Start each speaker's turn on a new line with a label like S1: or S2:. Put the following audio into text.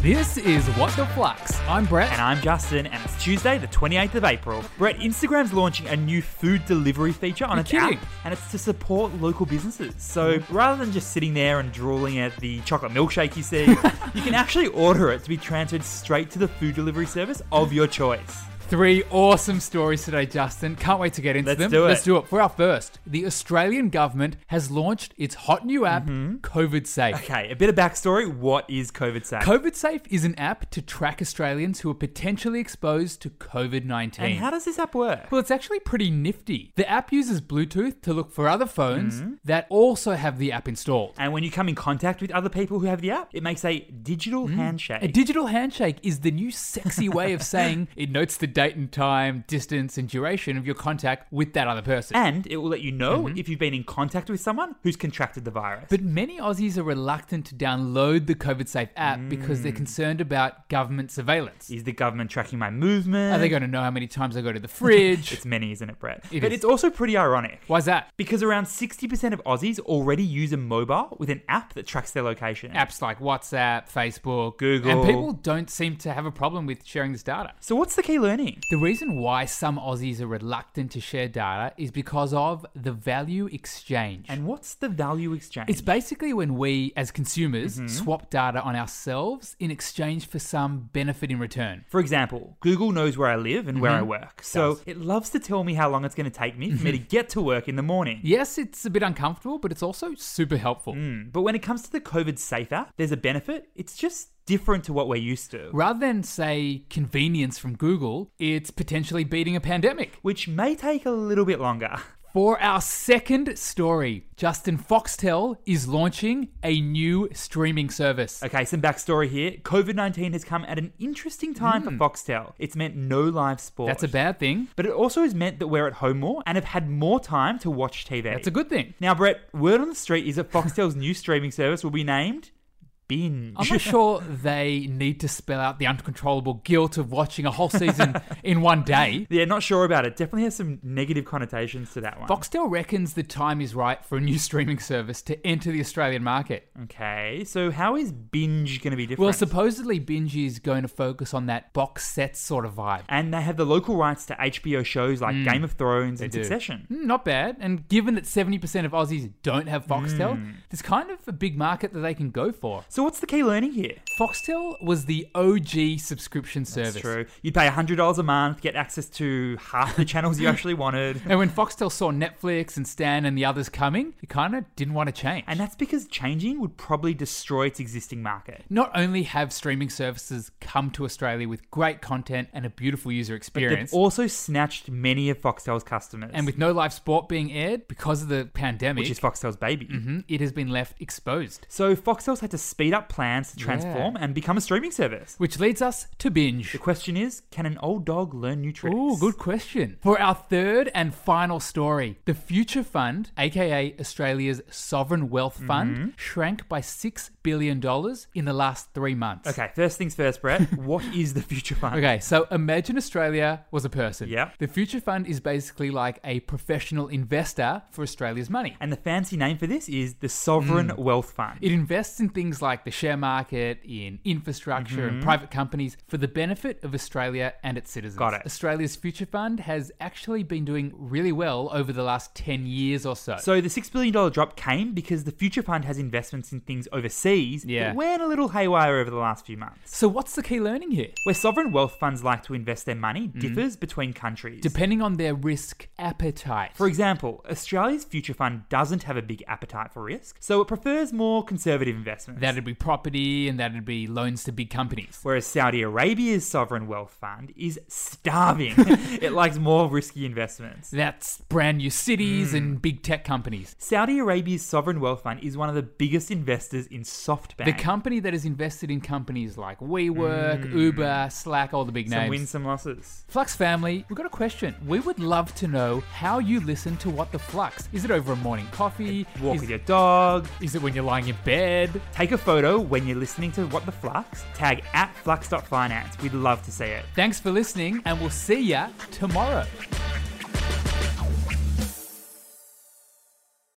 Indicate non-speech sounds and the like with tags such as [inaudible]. S1: This is What the Flux. I'm Brett.
S2: And I'm Justin, and it's Tuesday, the 28th of April. Brett, Instagram's launching a new food delivery feature on
S1: You're
S2: its app,
S1: kidding.
S2: and it's to support local businesses. So rather than just sitting there and drooling at the chocolate milkshake
S1: [laughs]
S2: you see, you can actually order it to be transferred straight to the food delivery service of your choice.
S1: Three awesome stories today, Justin. Can't wait to get into
S2: Let's
S1: them.
S2: do it.
S1: Let's do it. For our first, the Australian government has launched its hot new app,
S2: Mm-hmm.
S1: COVID Safe.
S2: Okay, a bit of backstory. What is COVID safe?
S1: COVID Safe is an app to track Australians who are potentially exposed to COVID 19.
S2: and how does this app work?
S1: Well, it's actually pretty nifty. The app uses Bluetooth to look for other phones
S2: Mm-hmm.
S1: that also have the app installed.
S2: And when you come in contact with other people who have the app, it makes a digital handshake.
S1: Mm. A digital handshake is the new sexy way of saying
S2: [laughs]
S1: it notes the date and time, distance, and duration of your contact with that other person.
S2: and it will let you know
S1: Mm-hmm.
S2: if you've been in contact with someone who's contracted the virus.
S1: But many Aussies are reluctant to download the COVID Safe app because
S2: Mm.
S1: they're concerned about government surveillance.
S2: Is the government tracking my movement?
S1: Are they going to know how many times I go to the fridge?
S2: [laughs] It's many, isn't it, Brett?
S1: It
S2: but
S1: is.
S2: it's also pretty ironic.
S1: Why's that?
S2: Because around 60% of Aussies already use a mobile with an app that tracks their location.
S1: Apps like WhatsApp, Facebook,
S2: Google.
S1: And people don't seem to have a problem with sharing this data.
S2: So, what's the key learning?
S1: The reason why some Aussies are reluctant to share data is because of the value exchange.
S2: And what's the value exchange?
S1: It's basically when we, as consumers,
S2: Mm-hmm.
S1: swap data on ourselves in exchange for some benefit in return.
S2: for example, Google knows where I live and where I
S1: Mm-hmm.
S2: work. So, it loves to tell me how long it's going to take me for me to get to work in the morning.
S1: Yes, it's a bit uncomfortable, but it's also super helpful.
S2: Mm, But when it comes to the COVID Safe app, there's a benefit. It's just different to what we're used to.
S1: Rather than, say, convenience from Google, it's potentially beating a pandemic.
S2: Which may take a little bit longer. [laughs]
S1: For our second story, Justin Foxtel is launching a new streaming service.
S2: Okay, some backstory here. COVID 19 has come at an interesting time for Foxtel. It's meant no live sport.
S1: Hmm. That's a bad thing.
S2: But it also has meant that we're at home more and have had more time to watch TV.
S1: That's a good thing.
S2: Now, Brett, word on the street is that Foxtel's [laughs] new streaming service will be named Binge.
S1: I'm not sure they need to spell out the uncontrollable guilt of watching a whole season in one day.
S2: [laughs] yeah, not sure about it. Definitely has some negative connotations to that one.
S1: Foxtel reckons the time is right for a new streaming service to enter the Australian market.
S2: okay, so how is Binge going to be different?
S1: Well, supposedly Binge is going to focus on that box set sort of vibe.
S2: and they have the local rights to HBO shows like Game of Thrones and
S1: Hmm. do.
S2: Succession.
S1: Hmm, Not bad. And given that 70% of Aussies don't have Foxtel,
S2: Hmm.
S1: there's kind of a big market that they can go for.
S2: So, what's the key learning here?
S1: Foxtel was the OG subscription service.
S2: That's true. You'd pay $100 a month, get access to half the channels you
S1: [laughs]
S2: actually wanted.
S1: And when Foxtel saw Netflix and Stan and the others coming, it kind of didn't want to change.
S2: And that's because changing would probably destroy its existing market.
S1: not only have streaming services come to Australia with great content and a beautiful user
S2: They've
S1: experience,
S2: also snatched many of Foxtel's customers,
S1: and with no live sport being aired because of the pandemic,
S2: which is Foxtel's baby.
S1: Mhm, it has been left exposed.
S2: So Foxtel's had to speed up plans to transform and become a streaming service.
S1: Which leads us to binge.
S2: The question is, can an old dog learn new tricks?
S1: Ooh, good question. For our third and final story, the Future Fund, aka Australia's sovereign wealth fund, shrank by $6 billion in the last three months.
S2: Okay, first things
S1: [laughs]
S2: first, Brett. what is the future fund?
S1: Okay, so imagine Australia was a person.
S2: Yeah.
S1: The Future Fund is basically like a professional investor for Australia's money.
S2: And the fancy name for this is the Sovereign
S1: Mm.
S2: Wealth Fund.
S1: It invests in things like the share market, in infrastructure,
S2: Mm-hmm.
S1: and private companies for the benefit of Australia and its citizens.
S2: Got it.
S1: Australia's Future Fund has actually been doing really well over the last 10 years or so.
S2: so the six billion dollar drop came because the future fund has investments in things overseas
S1: Yeah.
S2: that went a little haywire over the last few months.
S1: So, what's the key learning here?
S2: Where sovereign wealth funds like to invest their money
S1: Mm-hmm.
S2: differs between countries.
S1: Depending on their risk appetite.
S2: for example, Australia's future fund doesn't have a big appetite for risk, so it prefers more conservative investments.
S1: that'd be property and that'd be loans to big companies.
S2: Whereas Saudi Arabia's sovereign wealth fund is
S1: [laughs]
S2: starving. it likes more risky investments.
S1: That's brand new cities
S2: Mm.
S1: and big tech companies.
S2: Saudi Arabia's sovereign wealth fund is one of the biggest investors in SoftBank.
S1: The company that has invested in companies like WeWork,
S2: Mm.
S1: Uber, Slack, all the big
S2: some
S1: names.
S2: wins, some losses.
S1: Flux family, we've got a question. We would love to know how you listen to What the Flux. Is it over a morning coffee?
S2: Walk
S1: is,
S2: with your dog.
S1: is it when you're lying in bed?
S2: Take a photo when you're listening to What the Flux. Tag at flux.finance. We'd love to see it.
S1: Thanks for listening, and we'll see ya tomorrow.